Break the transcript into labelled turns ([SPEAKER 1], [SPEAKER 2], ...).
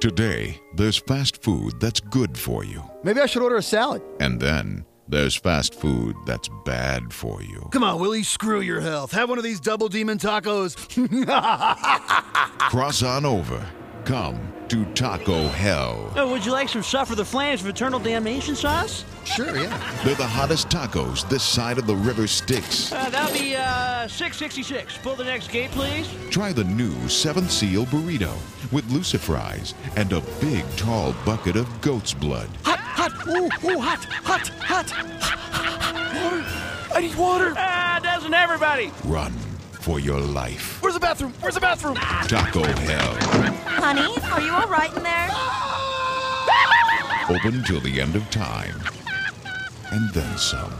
[SPEAKER 1] Today, there's fast food that's good for you.
[SPEAKER 2] Maybe I should order a salad.
[SPEAKER 1] And then, there's fast food that's bad for you.
[SPEAKER 3] Come on, Willie, screw your health. Have one of these double demon tacos.
[SPEAKER 1] Cross on over. Come to Taco Hell.
[SPEAKER 4] Oh, would you like some stuff for the flames of eternal damnation sauce?
[SPEAKER 2] Sure, yeah.
[SPEAKER 1] They're the hottest tacos this side of the River Styx.
[SPEAKER 4] Uh, that'll be uh, 666. Pull the next gate, please.
[SPEAKER 1] Try the new Seven Seal burrito with lucifries and a big, tall bucket of goat's blood.
[SPEAKER 5] Hot, hot, ooh, ooh, hot, hot, hot. Water. I need water.
[SPEAKER 4] Ah, doesn't everybody?
[SPEAKER 1] Run for your life.
[SPEAKER 5] Where's the bathroom? Where's the bathroom?
[SPEAKER 1] Taco Hell.
[SPEAKER 6] Honey, are you all right in there?
[SPEAKER 1] Open till the end of time. And then some.